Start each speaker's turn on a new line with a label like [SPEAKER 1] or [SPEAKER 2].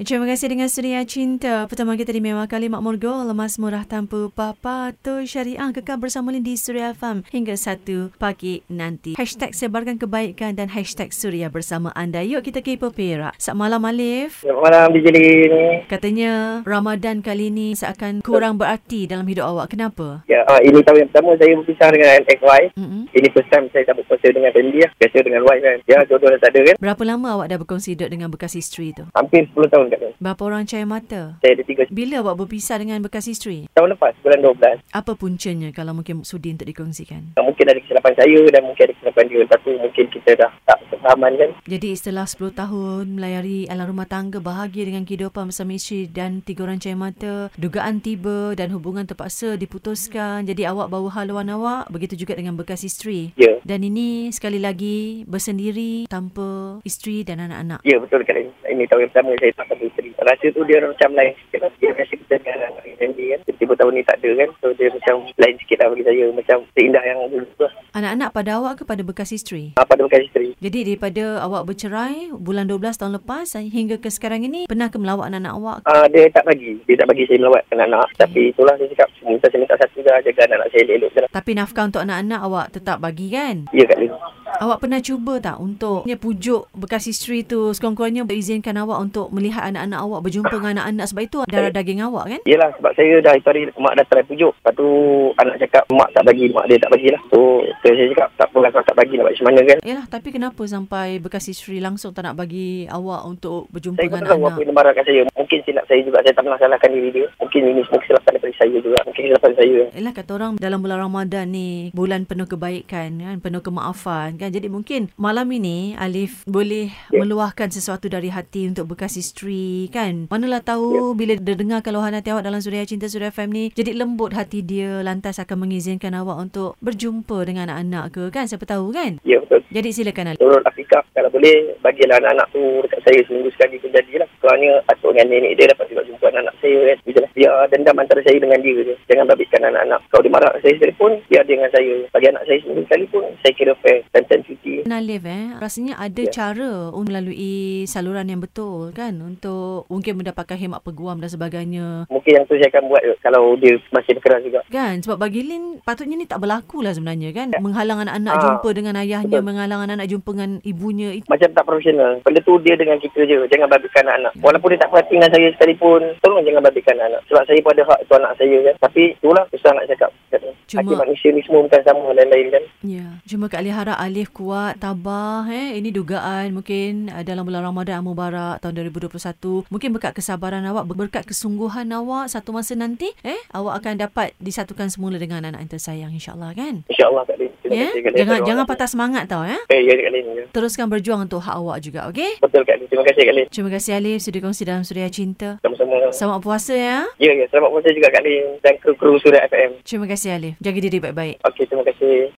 [SPEAKER 1] Eh, Terima kasih dengan Suria Cinta. Pertama kita di Mewah Kali Makmur Go. Lemas murah tanpa papatur syariah. Kekal bersama di Suria Farm hingga 1 pagi nanti. Hashtag sebarkan kebaikan dan hashtag Suria bersama anda. Yuk kita keep Perak. Selamat malam Alif.
[SPEAKER 2] Selamat malam Bijelin.
[SPEAKER 1] Katanya Ramadan kali ini seakan kurang berarti dalam hidup awak. Kenapa?
[SPEAKER 2] Ya, ah, ini tahun yang pertama saya berpisah dengan ex-wife.
[SPEAKER 1] Mm-mm.
[SPEAKER 2] Ini first time saya tak berpuasa dengan family lah. Biasa dengan wife kan. Ya, jodoh dah tak ada kan.
[SPEAKER 1] Berapa lama awak dah berkongsi hidup dengan bekas isteri tu?
[SPEAKER 2] Hampir 10 tahun kat sana.
[SPEAKER 1] Berapa orang cahaya mata?
[SPEAKER 2] Saya ada tiga
[SPEAKER 1] Bila awak berpisah dengan bekas isteri?
[SPEAKER 2] tahun lepas, bulan 12.
[SPEAKER 1] Apa puncanya kalau mungkin sudi untuk dikongsikan?
[SPEAKER 2] Ah, Mungkin ada kesilapan saya dan mungkin ada kesilapan dia. Lepas tu mungkin kita dah tak sefahaman kan.
[SPEAKER 1] Jadi setelah 10 tahun melayari alam rumah tangga bahagia dengan kehidupan bersama isteri dan tiga orang cahaya mata, dugaan tiba dan hubungan terpaksa diputuskan. Jadi awak bawa haluan awak, begitu juga dengan bekas isteri.
[SPEAKER 2] Ya.
[SPEAKER 1] Dan ini sekali lagi bersendiri tanpa isteri dan anak-anak.
[SPEAKER 2] Ya, betul kan. Ini tahun yang pertama saya tak ada isteri. Rasa tu dia macam lain sikit lah. Dia rasa kita dengan anak family kan. Tiba-tiba tahun ni tak ada kan. So dia macam lain sikit lah bagi saya. Macam seindah yang dulu tu lah.
[SPEAKER 1] Anak-anak pada awak ke pada bekas isteri?
[SPEAKER 2] Ah, Pada bekas isteri.
[SPEAKER 1] Jadi daripada awak bercerai bulan 12 tahun lepas hingga ke sekarang ini, pernah ke melawat anak-anak awak
[SPEAKER 2] Uh, dia tak bagi. Dia tak bagi saya melawat anak-anak. Tapi itulah dia cakap. Minta saya minta satu dah. Jaga anak-anak saya elok-elok je lah.
[SPEAKER 1] Tapi nafkah untuk anak-anak awak tetap bagi kan?
[SPEAKER 2] Ya Kak Lim.
[SPEAKER 1] Awak pernah cuba tak untuk ya, pujuk bekas isteri tu sekurang-kurangnya izinkan awak untuk melihat anak-anak awak berjumpa dengan anak-anak sebab itu darah daging awak kan?
[SPEAKER 2] Yelah sebab saya dah itu hari mak dah try pujuk. Lepas tu anak cakap mak tak bagi. Mak dia tak bagilah. So saya, saya cakap tak apalah kalau tak bagi nak buat macam mana kan.
[SPEAKER 1] Yalah, tapi kenapa sampai bekas isteri langsung tak nak bagi awak untuk berjumpa
[SPEAKER 2] Saya pun tak
[SPEAKER 1] dengan
[SPEAKER 2] tahu apa
[SPEAKER 1] anak?
[SPEAKER 2] yang marahkan saya. Mungkin silap saya juga. Saya tak pernah salahkan diri dia. Mungkin ini semua kesilapan daripada saya juga. Mungkin kesilapan saya.
[SPEAKER 1] Yalah kata orang dalam bulan Ramadan ni bulan penuh kebaikan kan penuh kemaafan kan jadi mungkin malam ini Alif boleh yeah. meluahkan sesuatu dari hati untuk bekas isteri kan manalah tahu yeah. bila dia dengar keluhan hati awak dalam Suria Cinta Suria Fam ni jadi lembut hati dia lantas akan mengizinkan awak untuk berjumpa dengan anak-anak ke kan siapa tahu kan
[SPEAKER 2] Ya betul.
[SPEAKER 1] jadi silakan Alif
[SPEAKER 2] Menurut Afiqah, kalau boleh, bagilah anak-anak tu dekat saya seminggu sekali pun jadilah. Soalnya atuk dengan nenek dia dapat juga jumpa anak-anak saya kan. Biarlah, biar dendam antara saya dengan dia je. Jangan babitkan anak-anak. Kalau dia marah kat saya sendiri pun, biar dia dengan saya. Bagi anak saya seminggu sekali pun, saya kira fair. Tentang cuti.
[SPEAKER 1] Nalif eh rasanya ada yeah.
[SPEAKER 2] Ya.
[SPEAKER 1] cara un- melalui saluran yang betul kan untuk mungkin mendapatkan hemat peguam dan sebagainya
[SPEAKER 2] Mungkin yang tu saya akan buat kalau dia masih berkeras juga.
[SPEAKER 1] Kan sebab bagi Lin patutnya ni tak berlaku lah sebenarnya kan menghalang anak-anak
[SPEAKER 2] Ah,
[SPEAKER 1] jumpa dengan ayahnya
[SPEAKER 2] betul.
[SPEAKER 1] menghalang anak-anak jumpa dengan ibunya itu
[SPEAKER 2] Macam tak profesional. Benda tu dia dengan kita je. Jangan babitkan anak-anak. Walaupun dia tak perhati dengan saya sekalipun, tolong jangan babitkan anak. Sebab saya pun ada hak tu anak saya kan. Tapi itulah susah nak cakap.
[SPEAKER 1] Cuma-
[SPEAKER 2] Hati manusia ni semua bukan sama dan lain kan.
[SPEAKER 1] ya cuma Kak Lia harap Alif kuat tabah eh ini dugaan mungkin uh, dalam bulan Ramadan Al Mubarak tahun 2021 mungkin berkat kesabaran awak berkat kesungguhan awak satu masa nanti eh awak akan dapat disatukan semula dengan anak-anak yang tersayang insyaallah kan
[SPEAKER 2] InsyaAllah Kak Lin. Terima
[SPEAKER 1] ya
[SPEAKER 2] kasih Kak Lin.
[SPEAKER 1] jangan
[SPEAKER 2] Terima
[SPEAKER 1] jangan
[SPEAKER 2] kasih.
[SPEAKER 1] patah semangat tau ya
[SPEAKER 2] Eh, ya Kak Lin. ya.
[SPEAKER 1] teruskan berjuang untuk hak awak juga okey
[SPEAKER 2] Betul Kak Lin. Terima kasih Kak Lin.
[SPEAKER 1] terima kasih Alif sudah kongsi dalam Suria Cinta
[SPEAKER 2] Sama-sama.
[SPEAKER 1] selamat puasa ya
[SPEAKER 2] Ya, ya. Selamat puasa juga Kak Lin. Dan kru-kru Surat FM.
[SPEAKER 1] Terima kasih Alif. Jaga diri baik-baik.
[SPEAKER 2] Okey, terima kasih.